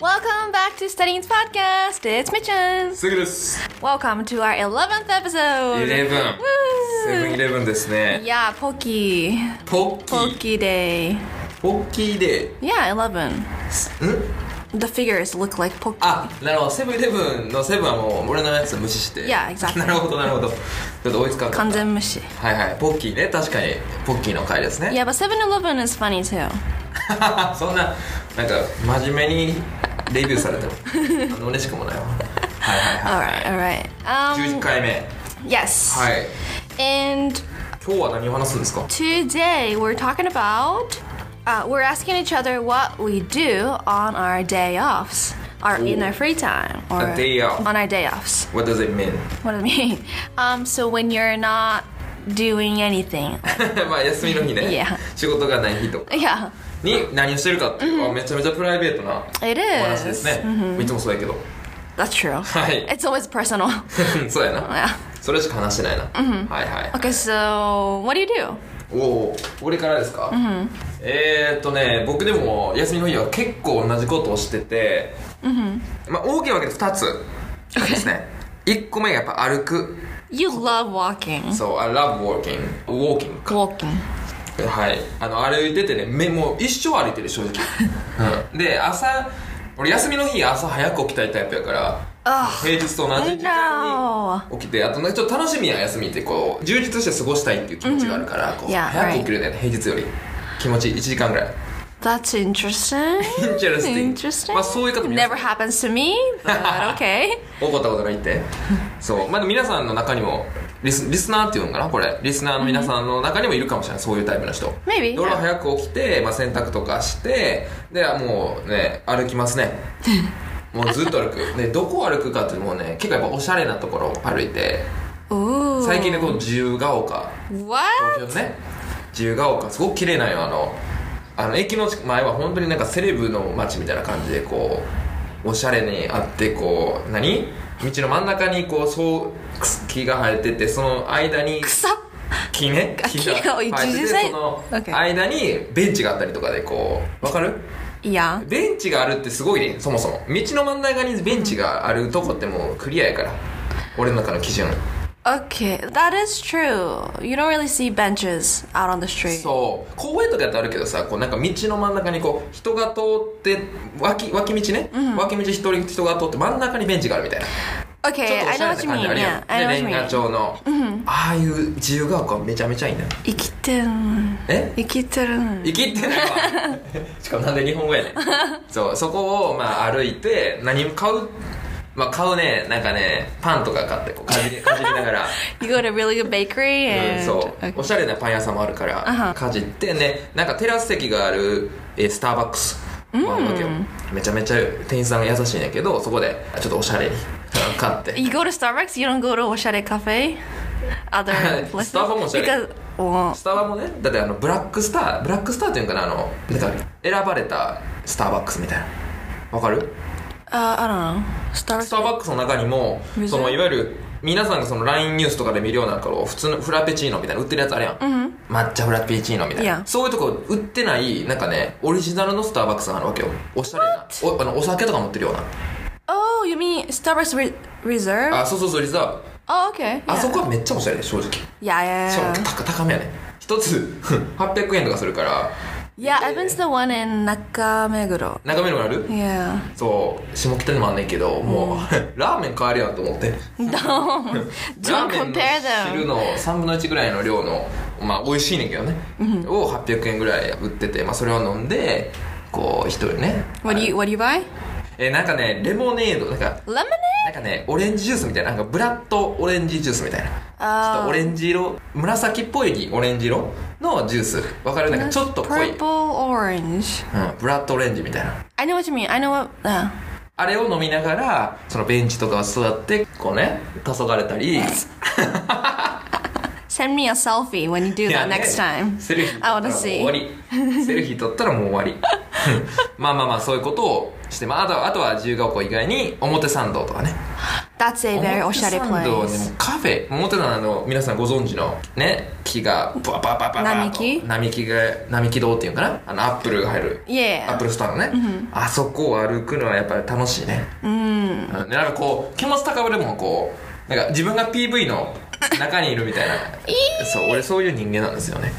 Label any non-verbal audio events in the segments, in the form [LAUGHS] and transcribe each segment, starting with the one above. Welcome back to Studying's podcast. It's Mitchens. すぐです。 Welcome to our 11th episode. イレブン。セブンイ Woo! レブンですね。 Yeah, Pokey. ポッキ Pokey ー。day. ポッキーで。 Yeah, 11. ん The figures look like Pokey. あ、なるほど。セブンイレブンのセブンはもう俺のやつ無視して。いや exactly なるほど、なるほど。ちょっと追いつかんかった。完全無視。はいはい。ポッキーね。確かに、ポッキーの回ですね。 Yeah, but 7 Eleven is funny too. [LAUGHS] そんな、なんか、真面目にレビューされても、あの、嬉しくもないわ。はいはい Alright, はい。 alright. 11 Um, 回目。 yes. はい。 And 今日は何を話すんですか Today we're talking about uh, we're asking each other what we do on our day offs, or in our free time, or A day off. on our day offs. ?What does it mean? [LAUGHS] What do you mean? Um, so when you're not doing [LAUGHS] anything, まあ、休みの日ね。いや仕事がない日とか。 yeah, に何をしてるかっていう、あめちゃめちゃプライベートな it お話です is. ね、いつもそうやけど [LAUGHS] That's true. はい It's always personal. [LAUGHS] そうやな yeah. それしか話してないな、はいはい Okay, so what do you do? おお俺からですか、えー、っとね僕でも休みの日は結構同じことをしてて、まあ、大きいわけで2つですね1個目がやっぱ歩く You love walking. そう I love walking walking か Walking. はいあの歩いててね目もう一生歩いてる [LAUGHS] 正直、うん、で朝俺休みの日朝早く起きたいタイプやから Ugh. 平日と同じ時間 I に起きてあとねちょっと楽しみや休みってこう充実して過ごしたいっていう気持ちがあるから、こう Yeah, 早く起きるんだよね、平日より気持ちいい1時間ぐらい That's interesting. Interesting. Interesting. まあそういう方もい Never らっしゃ happens to me, but okay. る怒ったことないって [LAUGHS] そうまあでも皆さんの中にもリスリスナーっていうのかなこれリスナーの皆さんの中にもいるかもしれないそういうタイプの人 Maybe. で俺は早く起きて、まあ、洗濯とかしてでもうね歩きます [LAUGHS] ねもうずっと歩くでどこを歩くかっていうのもね結構やっぱおしゃれなところを歩いて Ooh. 最近ねこの自由が丘 What? [LAUGHS] 東京のね自由が丘すごく綺麗なんよあのあの駅の近く前は本当になんかセレブの街みたいな感じでこうおしゃれにあってこう何道の真ん中にこうそう木が生えててその間に Stop. 木ねあ木が木を生えて実て際その Okay 間にベンチがあったりとかでこうわかる Yeah. ベンチがあるってすごいねそもそも道の真ん中にベンチがあるとこってもうクリアやから俺の中の基準 Okay, that is true. You don't really see benches out on the street. そう公園とかやってあるけどさこうなんか道の真ん中にこう人が通って脇脇道ね、脇道一人人が通って真ん中にベンチがあるみたいな、ち okay, ょっとお I しゃ know れ what you mean. な感じあるよ Yeah, I know what で年賀 you mean. 状の、ああいう自由が丘めちゃめちゃいいね生きてるえ生きてる生きて [LAUGHS] ないわしかもなんで日本語やねんそうそこをまあ歩いて何も買うまあ買うねなんかねパンとか買ってこうかじりかじりながら You go to a really good bakery うん and そう、 okay. おしゃれなパン屋さんもあるから、はかじってねなんかテラス席がある、えースターバックスもあるわけよ、めちゃめちゃ店員さんが優しいんだけどそこでちょっとおしゃれに [LAUGHS] 買って You go to Starbucks, you don't go to Oshare Cafe? Other places? Starbucks もおしゃれ Because, well, スタバもねだってあのブラックスターブラックスターっていうんかなあのなんか選ばれたスターバックスみたいなわかる uh, I don't know. スター Starbucks? バックスの中にも水そのいわゆる皆さんがその LINE ニュースとかで見るようなこう普通のフラペチーノみたいな売ってるやつあるやん、抹茶フラペチーノみたいな、 Yeah. そういうとこ売ってないなんかねオリジナルのスターバックスがあるわけよおしゃれなおあのお酒とか持ってるような Oh, you mean Starbucks re- Reserve? あそうそうそうリザーブ oh, okay. あ yeah. そこはめっちゃおしゃれで正直し Yeah, か yeah, も yeah. 高高めやね一つ [LAUGHS] 800円とかするから Yeah, I've been to the one in Nakameguro. 眺めるのある Yeah. [LAUGHS] そう下北にもあんねんけどもう [LAUGHS] ラーメン買えるやんと思って Don't, don't ラーメン compare の汁 them. の3分の1ぐらいの量のまあ美味しいねんけどね、を800円ぐらい売ってて、まあ、それを飲んでこう一人ね What do you What do you buy? えーなんかねレモネードなんか Lemonade? なんかねオレンジジュースみたいななんかブラッドオレンジジュースみたいなあーちょっとオレンジ色紫っぽいオレンジ色のジュースわかるなんかちょっと濃い、うん、Uh, Purple orange. ブラッドオレンジみたいな I know what you mean. I know what. Uh, あれを飲みながらそのベンチとかを座ってこうね黄昏れたり send me a selfie when you do いや that ね next time. セルフィー撮っ I wanna see. たらもう終わりセルフィー撮ったらもう終 [LAUGHS] わりまあまあまあそういうことをして、まあ、あとはあとは自由が丘以外に表参道とかね That's a very Oh, おしゃれ表参道 place. ねもうカフェ表のあの皆さんご存知のね木がバババババ並木並木が並木堂っていうのかなあのアップルが入る Yeah. アップルストアのね、あそこを歩くのはやっぱり楽しいねうんでなんかこう気持ち高ぶるもんこうなんか自分が PV の中にいるみ [LAUGHS] たいなそう俺そういう人間なんですよね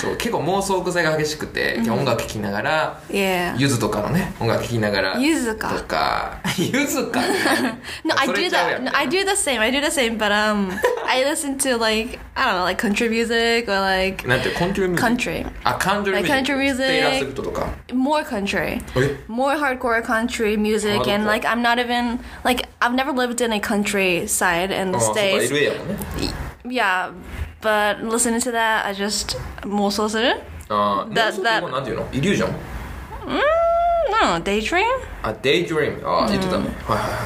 そう結構妄想癖が激しくて音楽聴きながら Yeah. ゆずとかのね音楽聴きながらゆずかとか [LAUGHS] ゆずか [LAUGHS] No, I それ do ちゃうや that. ん No, I do the same. I do the same, but um, I listen to like I don't know, like country music or like なんてコントリーミュージック country, あカントリーミュージック Like country music テイラー・スウィフトとか more country, え more hardcore country music, and Hardcore. like I'm not even like I've never lived in a countryside in あ the そうか states. LA やもんね Yeah, but listening to that, I just more so ああ That- 妄想ってこ that- うなんていうのイリュージョン "Hmm, no daydream. あ、デイドリーム。あ、言ってたね。はいはいはい。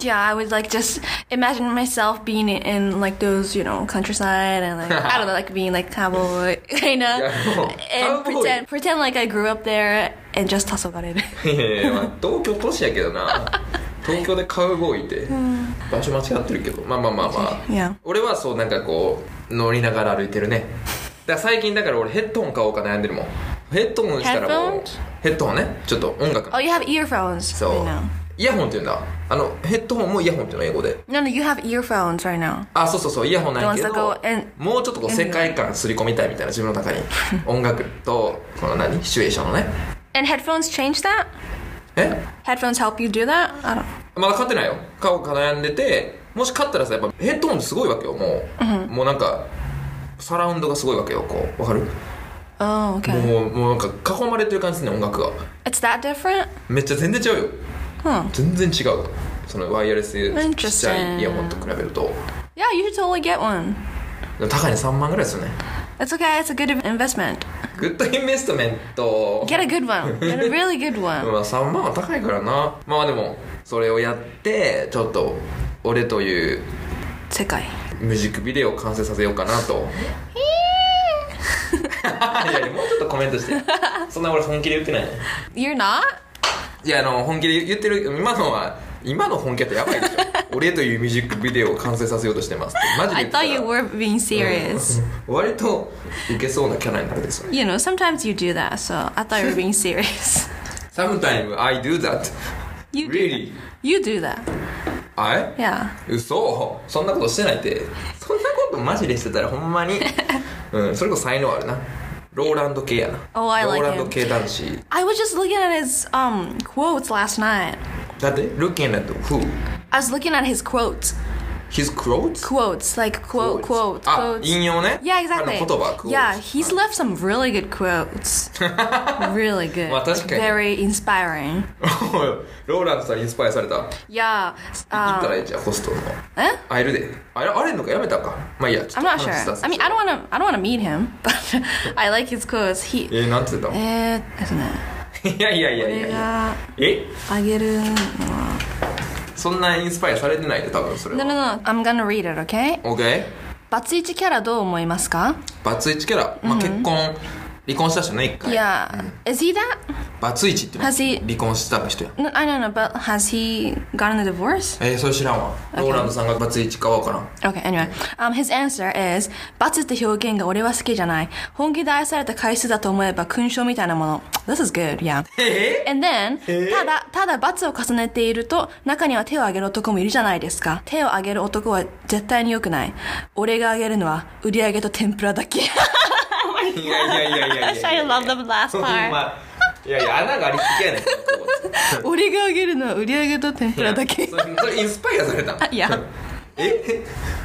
Yeah, I would like just imagine myself being in, in like those, you know, countryside and like I don't know, like being like cowboy, [LAUGHS] you know, Yeah, [LAUGHS] and cowboy. pretend pretend like I grew up there and just talk about it. [LAUGHS] いやいやいや、まあ、東京都市やけどな東京でカウボーイって場所間違ってるけどまあまあまあまあ、いや俺はそうなんかこう乗りながら歩いてるねだから最近だから俺ヘッドホン買おうか悩んでるもんヘッドホンしたらもう Headphones？ヘッドホンねちょっと音楽 oh, you have earphones そう right now. イヤホンって言うんだあのヘッドホンもイヤホンっていうの英語で No, no, you have earphones right now. あそうそうそうイヤホンないけど The ones that go in- もうちょっとこう世界観すり込みたいみたいな自分の [LAUGHS] 中に音楽とこの何シチュエーションのね And headphones change that? え Headphones help you do that? I don't. まだ買ってないよ買おうか悩んでてもし買ったらさやっぱヘッドホンってすごいわけよもう、もうなんかサラウンドがすごいわけよこうわかる Oh, okay. もうもうなんか囲まれてる感じですね音楽が It's that different? めっちゃ全然違うよ Huh. 全然違うそのワイヤレスちっちゃ Interesting. いイヤホンと比べると Yeah, you should totally get one. 高いね3万ぐらいですよね It's okay. It's a good investment. グッドインベストメント Get a good [LAUGHS] one. Get a really good one. まあ3万は高いからなまあでもそれをやってちょっと俺という Oh. 世 [LAUGHS] 界。ミュージックビデオを完成させようかな [LAUGHS] といやいやもうちょっとコメントしてそんな俺本気で言ってない You're not? いやあの本気で言ってる今のは今の本気ってやばいでしょ俺というミュージックビデオを完成させようとしてますって [LAUGHS] マジで I 言ってたら thought you were being serious. [LAUGHS] 割といけそうなキャラになるで [LAUGHS] それ You know, sometimes you do that, so I thought you were being serious. [LAUGHS] Sometimes I do that You do Really? You do that. I? Yeah. 嘘そんなことしてないってそんなことマジでしてたらほんま [LAUGHS] にうんそれこそ才能あるなローランド系やな Oh, I ロ like ーランド him. 系男子 I was just looking at his um quotes last night. だって looking at who I was looking at his quotes. his quotes Quotes, like quote, quote, あ quotes. 引用ね Yeah, あ exactly. の言葉 quotes Yeah, he's left some really good [LAUGHS] quotes. really good. Well, Like, that's good. very inspiring. [LAUGHS] ローランドさんインスパイアされた行っ Yeah. た Uh, らいいじゃんホストの eh? 会えるであれあれんのかやめたかまあいいやちょ I'm っと not 話 sure. したっす I mean, I don't want to. I don't want to meet him, [LAUGHS] but I like his quotes. He. えなんて言っえー、ですね。たの [LAUGHS] いやいやいやいこやれいやがえあげるのは。そんなインスパイアされてないで多分それ No, は no, no. I'm gonna read it, okay? OK バツイチキャラどう思いますかバツイチキャラ、まあ、結婚、離婚した人ね一回 Yeah. Is he that? バツイチって言うの Has he- 離婚した人や No, I don't know, but has he gotten a divorce? えー、それ知らんわ、ローランドさんがバツイチかわからん Okay, anyway. Um, his answer is, バツって表現が俺は好きじゃない。本気で愛された回数だと思えば勲章みたいなもの。This is good, yeah. え And then, ただ、ただ罰を重ねていると、中には手を挙げる男もいるじゃないですか。手を挙げる男は絶対に良くない。俺が挙げるのは、売り上げと天ぷらだけ。いやいやいやいやい [LAUGHS] や I sure love the last ほん part. まいやいや穴がありすぎや [LAUGHS] ねんここ俺が挙げるのは、売り上げと天ぷらだけそ。れそれインスパイアされたのい [LAUGHS] や。えファニー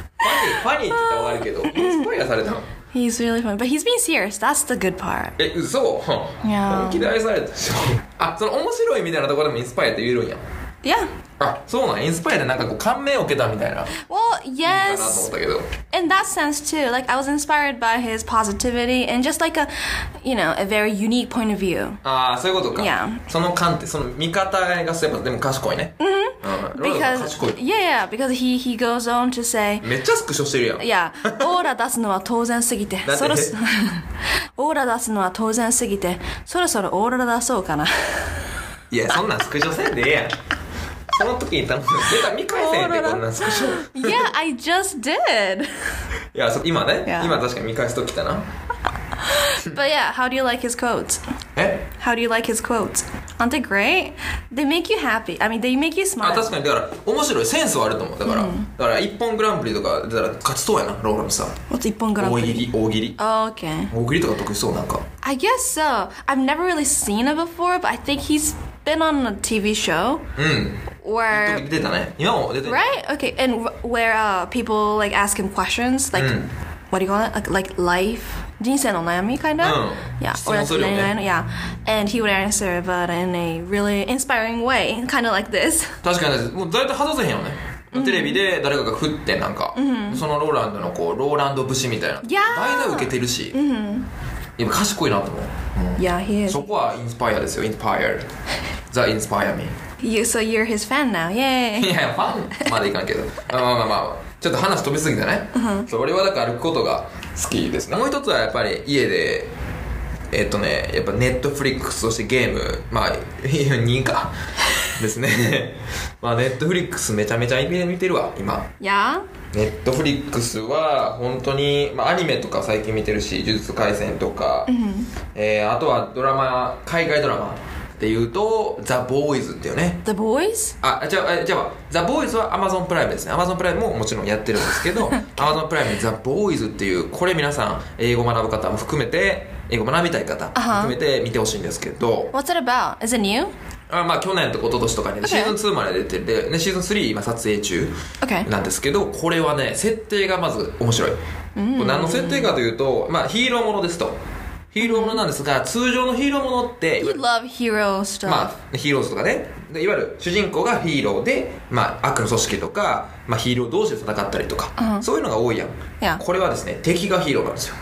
ファニーって言ったら終わるけどインスパイアされたの He's really funny, but he's being serious. That's the good part. え嘘いやー本気で愛されたでしょ [LAUGHS] あその面白いみたいなところでもインスパイアって言えるんや Yeah. あそうなんインスパイアでなんかこう感銘を受けたみたいな Well, かなと思 yes. ったけど in that sense too like i was inspired by his positivity and just like a you know a very unique point of view ああそういうことか、いやその観点その見方がやっぱでも賢いねうん、ローラン because ド賢い yeah yeah because he he goes on to say めっちゃスクショしてるやんいや、オーラ出すのは当然すぎてて、そろ [LAUGHS] そオーラ出すのは当然すぎて、そろそろオーラ出そうかな。いやそんなんスクショせんでええやんその時に頼んで出た未開線ってこんなんスクショ [LAUGHS] Yeah, I just did. いやそ今ね Yeah. 今確かに見返す時きたな But yeah, how do you like his quotes? え How do you like his quotes? Aren't they great? They make you happy. I mean, they make you あ smile. 確かにだから面白いセンスはあると思うだから、だから一本グランプリとか出たら勝ちそうやなローランさん What's 一本グランプ大喜リ利大喜利 Oh, okay. 大喜利とか得意そうなんか I guess so. I've never really seen it before, but I think he's been on a TV show うん時 where, 々出たね今も出てる right? Okay, and wh- where uh, people like ask him questions, like, what do you call it? Like, like life. 人生の悩み kind of うん。 yeah 質問するよね。俺たちの恋愛の- yeah and he would answer but in a really inspiring way [LAUGHS] kind of like this 確かにもう大体外せへんよね、テレビで誰かが振ってなんか、そのローランドのこうローランド節みたいなー大体受けてるし、今賢いなと思う、 yeah he うん is そこはインスパイアですよインスパイア The Inspire Me you so you're his fan now yay [LAUGHS] いやファンまでいかんけどまあまあまあ、まあ、ちょっと話飛びすぎたね、そう俺はだから歩くことが好きですねもう一つはやっぱり家でえっとねやっぱネットフリックスそしてゲームまあ2位かですね [LAUGHS] まあネットフリックスめちゃめちゃ見てるわ今 yeah ネットフリックスは本当にまあアニメとか最近見てるし「呪術廻戦」とか、えーあとはドラマ海外ドラマっていうと「ザ・ボーイズ」っていうね the boys あ、じゃあ、じゃあ、ザ・ボーイズは Amazon プライムですね。Amazon プライムももちろんやってるんですけど、Amazon プライムにザ・ボーイズっていう、これ皆さん、英語学ぶ方も含めて、英語学びたい方含めて見てほしいんですけど、 What's it about? Is it new? あまあ去年とか一昨年とかに、 Okay シーズン2まで出てて、でね、シーズン3今撮影中 Okay なんですけど、これはね、設定がまず面白い。これ何の設定かというと、まあヒーローものですと。ヒーローものなんですが、通常のヒーローものって、 You love hero stuff. まあ、ヒーローズとかねでいわゆる主人公がヒーローで、まあ、悪の組織とか、まあ、ヒーロー同士で戦ったりとか、うんそういうのが多いやん Yeah これはですね敵がヒーローなんですよ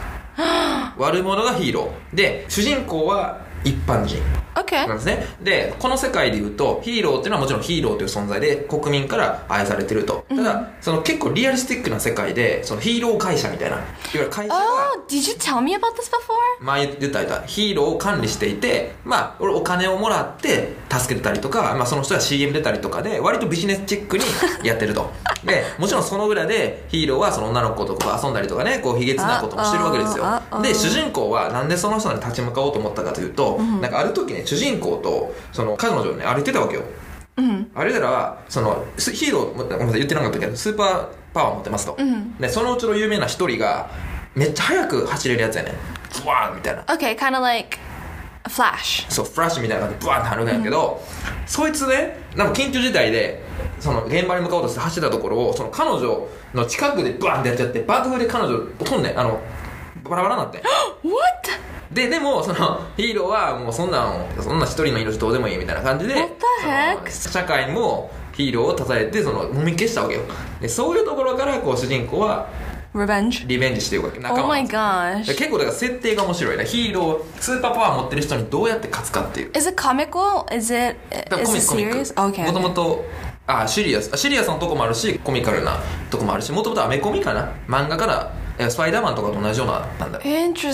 悪者がヒーローで主人公は一般人 okay. なんですねでこの世界でいうとヒーローっていうのはもちろんヒーローという存在で国民から愛されてるとただ、その結構リアリスティックな世界でそのヒーロー会社みたいないわゆる会社が Oh, did you tell me about this before? 前言ってた言ったヒーローを管理していて、まあ、俺お金をもらって助けてたりとか、まあ、その人が CM 出たりとかで割とビジネスチックにやって [LAUGHS] るとでもちろんその裏でヒーローはその女の子とこう遊んだりとかねこう卑劣なこともしてるわけですよあああで主人公はなんでその人に立ち向かおうと思ったかというと、なんかある時ね主人公とその彼女をね歩いてたわけよ Mm-hmm. あれならそのスヒーローごめんなさい言ってなかったけどスーパーパワー持ってますと、でそのうちの有名な一人がめっちゃ速く走れるやつやねんブワーンみたいな Okay, kind of like a flash. [GASPS] そうフラッシュみたいな感じでブワーンってなるんやけど、そいつねなんか緊急事態でその現場に向かおうとして走ってたところをその彼女の近くでブワーンってやっちゃって爆風で彼女飛んでんあのバラバラ [GASPS] になってん What? ででもそのヒーローはもうそんなんそんな一人の命どうでもいいみたいな感じで What the heck？その社会もヒーローを称えてそのもみ消したわけよでそういうところからこう主人公は Revenge. リベンジしていくわけ仲 Oh 間 my なんですよ gosh. で結構だから設定が面白いねヒーロースーパーパワー持ってる人にどうやって勝つかっていう Is it comical? Is it だから is コミ it ックコ serious? ミック Okay. もとも okay. とあシリアスあシリアスのとこもあるしコミカルなとこもあるしもともとアメコミかな漫画からえスパイダーマンとかと同じようななんだ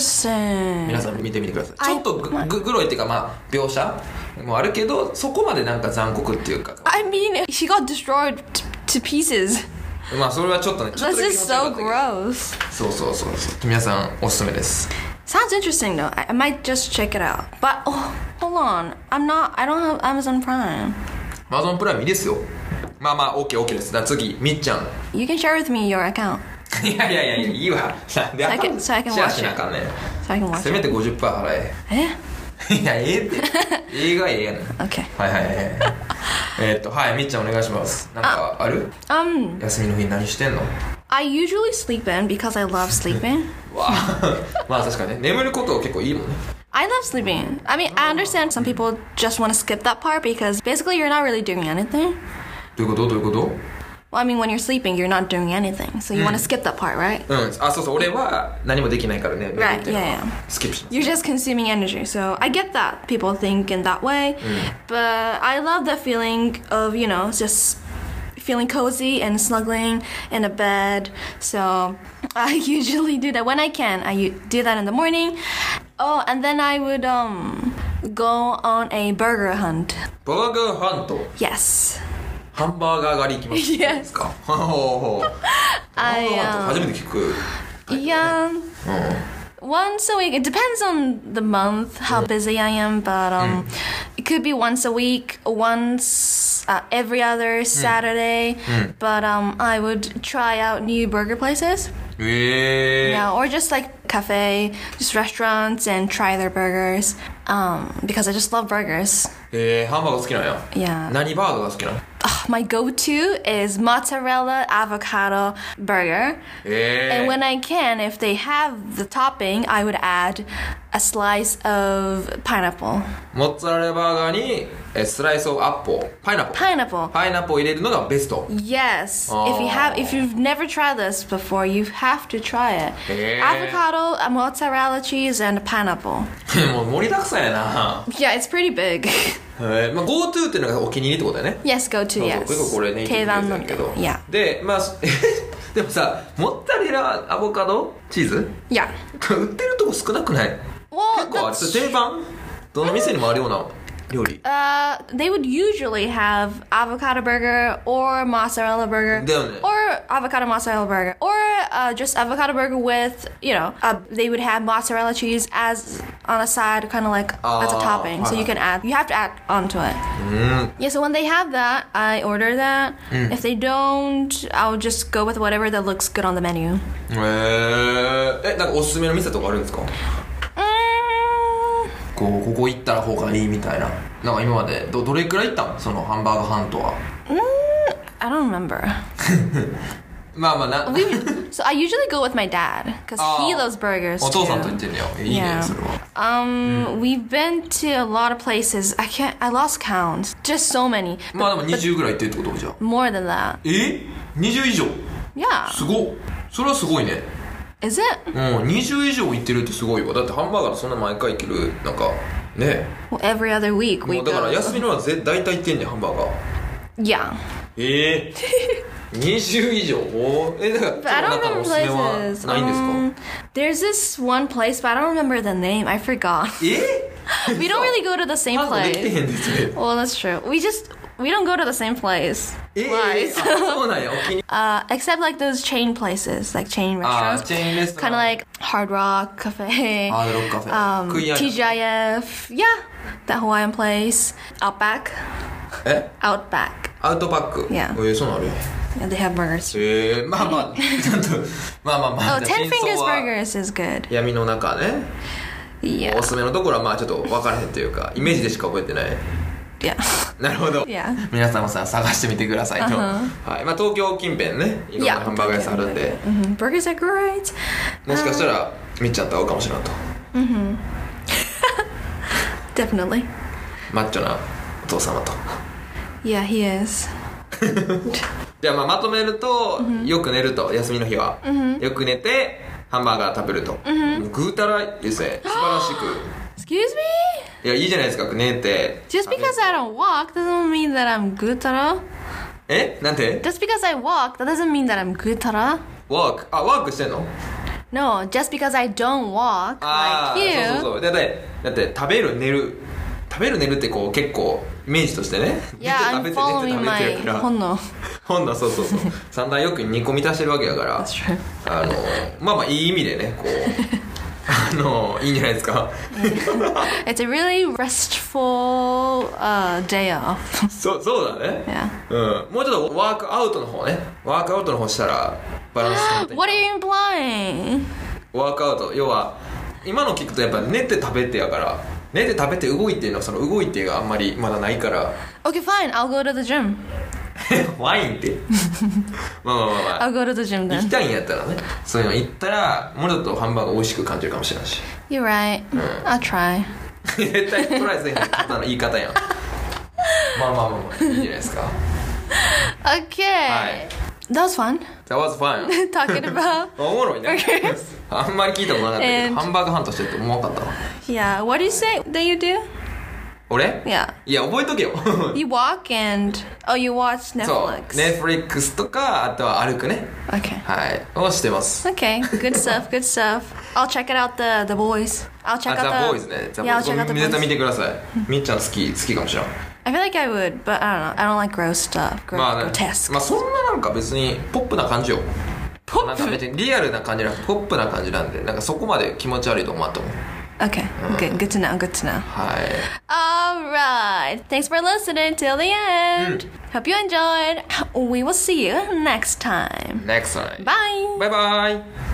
Interesting. 皆さん見てみてくださいちあょっとぐまあぐ黒いっていうかまあ描写もあるけどそこまでなんか残酷っていうか I mean, she got destroyed t- to pieces. まあそれはちょっとねちょっ That's とだけ気持 just ち悪か so ったけど gross. そうそうそうそう皆さんおすすめです Sounds interesting though. I, I might just check it out. But oh, hold on. I'm not. I don't have Amazon Prime. マゾンプライムいいですよまあまあ OKOK ですだから次みっちゃん [LAUGHS] You can share with me your account いやいやいやいやいいわなんであかん So I can- so I can シェアしなあかんね so I can watch せ it. めて50%払え Eh? [LAUGHS] いや、ええって。映画ええやねん。 Okay. はいはいはいはい。えーっと、はい、みっちゃんお願いします。なんかある Um, 休みの日何してんの I usually sleep in because I love sleeping. わあ [LAUGHS] まあ確かにね、眠ること結構いいもんね。 I love sleeping. I mean, I understand some people just want to skip that part because basically you're not really doing anything. どういうことどういうこ Well, I mean, when you're sleeping, you're not doing anything, so you want to skip that part, right? とうん。あ、そうそう、俺は何もできないからね、眠るっていうの Right, yeah, は。スキップします。 You're just consuming energy. So I get that people think in that way, but I love that feeling of you know just feeling cozy and snuggling in a bed. So [LAUGHS] I usually do that when I can. I u- do that in the morning. Oh, and then I would um go on a burger hunt. バーガーハント。 Yes. ハンバーガー狩り行きました [LAUGHS] Yes. ですかおーハン [LAUGHS] I バーガ um, ーって初めて聞く yeah, うん once a week. It depends on the month how busy I am, but um, it could be once a week, once uh, every other Saturday. But um, I would try out new burger places. ええ Yeah, or just like cafe, just restaurants and try their burgers. Um, because I just love burgers. えー、ハンバーガー好きなんや Yeah. 何バーガーが好きなん Ugh, my go-to is mozzarella avocado burger. え And え when I can, if they have the topping, I would add a slice of pineapple. モッツァレラバーガーにえースライスオブアッポーパイナップル Pineapple. パイナップルを入れるのがベスト [LAUGHS] Yes. If you have, if you've never tried this before, you have to try it. Yeah. Avocado, a mozzarella cheese, and a pineapple. もう盛りだくさんやな、 Yeah, it's pretty big. [LAUGHS] えーまあ、GoTo っていうのがお気に入りってことだよね yes, go to そうそう yes. 結構これね定番のみたけいなど Yeah. でまあ [LAUGHS] でもさモッツァレラアボカドチーズ Yeah. 売ってるとこ少なくない Well, 結構あれ that's- 定番どの店にもあるような料理 Uh, they would usually have avocado burger or mozzarella burger Damn it. or avocado mozzarella burger or uh, just avocado burger with you know uh, they would have mozzarella cheese as on a side kind of like as a Ah, topping so you can add you have to add onto it yeah so when they have that i order that if they don't i'll just go with whatever that looks good on the menu へえー、えなんかおすすめの店とかあるんですか mm, こうここ行ったら方がいいみたいななんか今までどどれくらい行ったのそのハンバーガーハントは mm, i don't remember まあまあな so i usually go with my dad because he Ah. loves burgers お too. 父さんと行ってんのよいいね Yeah. それは Um, we've been to a lot of places. I can't. I lost count. Just so many. まあでも20ぐらい行ってるってことじゃあ More than that. え20以上 Yeah. すごっそれはすごいね Is it? うん20以上行ってるってすごいわだってハンバーガーそんな毎回行けるなんかね Well, every other week も we うだから休 go. みのはぜ大体行ってんねんハンバーガー Yeah. [LAUGHS] ええ20以上おーえだから But I なん don't か remember おすすめは places. ないんですか、 Um, there's this one place, but I don't remember the name. I forgot. [LAUGHS] え we don't really go to the same ハンドできて place. へんですね Well, that's true. We just we don't go to the same place. えー、 Why? あそうなんやお気に Uh, except like those chain places, like Ah, chain あー restaurants. チェーンレストラン Kind of like Hard Rock Cafe. ハードロックカフェ Um, 食い合い TGIF, yeah, that Hawaiian place, Outback, え Outback. アウトバック Yeah. えー、そうなるよ Yeah, they have burgers. ええまあ [LAUGHS] まあちょっとまあまあまあ Oh, Ten 真相 Fingers は Burgers is good. 闇の中ね Yeah, おすすめのところはまあちょっと分からへんというかイメージでしか覚えてない [LAUGHS] yeah, なるほど yeah. 皆さんもさ探してみてくださいと、はいまあ、東京近辺ねいろんな Yeah, ハンバーガー屋さんあるんで hmm Burgers are great. もしかしたら見っちゃった方かもしれんと Definitely. マッチョなお父様と Yeah, he is. じゃあまあまとめると、よく寝ると休みの日は、よく寝てハンバーガー食べると、もうぐうたらですね素晴らしく Excuse me. いやいいじゃないですか寝て Just 食べて because I don't walk doesn't mean that I'm good tara. えなんて Just because I walk, that doesn't mean that I'm good tara. ワークあワークしてんの No, just because I don't walk ああ like you. そうそうそうだってだって食べる寝る食べる寝るってこう結構イメージとしてね Yeah, 寝て I'm 食べて following 寝 my て食べてやから honno. ほんのそうそう [LAUGHS] そう三大欲求に2個満たしてるわけやから That's true. あのまあまあいい意味でねこうあのいいんじゃないですか It's a really restful uh, day [GASPS] off. [LAUGHS] そうそうだね yeah. うんもうちょっとワークアウトの方ねワークアウトの方したらバランス取れて What are you implying? ワークアウト要は今の聞くとやっぱ寝て食べてやから寝て食べて動いてのはその動いてがあんまりまだないから [LAUGHS] Okay, fine. I'll go to the gym. ワイン [LAUGHS] ってまあまあまあまあ I'll go to the gym 行き then. たいんやったらねそういうの行ったらもうちょっとハンバーガー美味しく感じるかもしれない [LAUGHS] し You're right. I'll try. 絶対トライせえへん方の言い方やんまあまあまあまあいいじゃないですか Okay. Hi. That was fun [LAUGHS] That was [LAUGHS] fun talking about. おもろいな Burgers. あんまり聞いたことなかったけ And- どハンバーガーハントしてると思わんかったわ Yeah. What do you say that you do? 俺 Yeah. いや覚えとけよ You walk and oh, you watch そう Netflix. ネフリックスとかあとは歩くね okay. はいをしてます Okay. Good stuff. Good stuff. I'll check it out the the boys. I'll あ check ザ・ out Ah, ボーイ the ズねザ・ボ yeah. ー I'll イズ check out the 見て boys. 見てくださいみっちゃん好き好きかもしれん I feel like I would, but I don't know. I don't like gross stuff. Gro- まあ、ね、 grotesque. まあそんななんか別にポップな感じよポなんッか別プにリアルな感じじゃなくてポップな感じなんでなんかそこまで気持ち悪いと思わんと思う Okay, good, good to know, good to know. [LAUGHS] はい All right. Thanks for listening till the end. Hope you enjoyed. We will see you next time. NEXT time Bye. バイバイ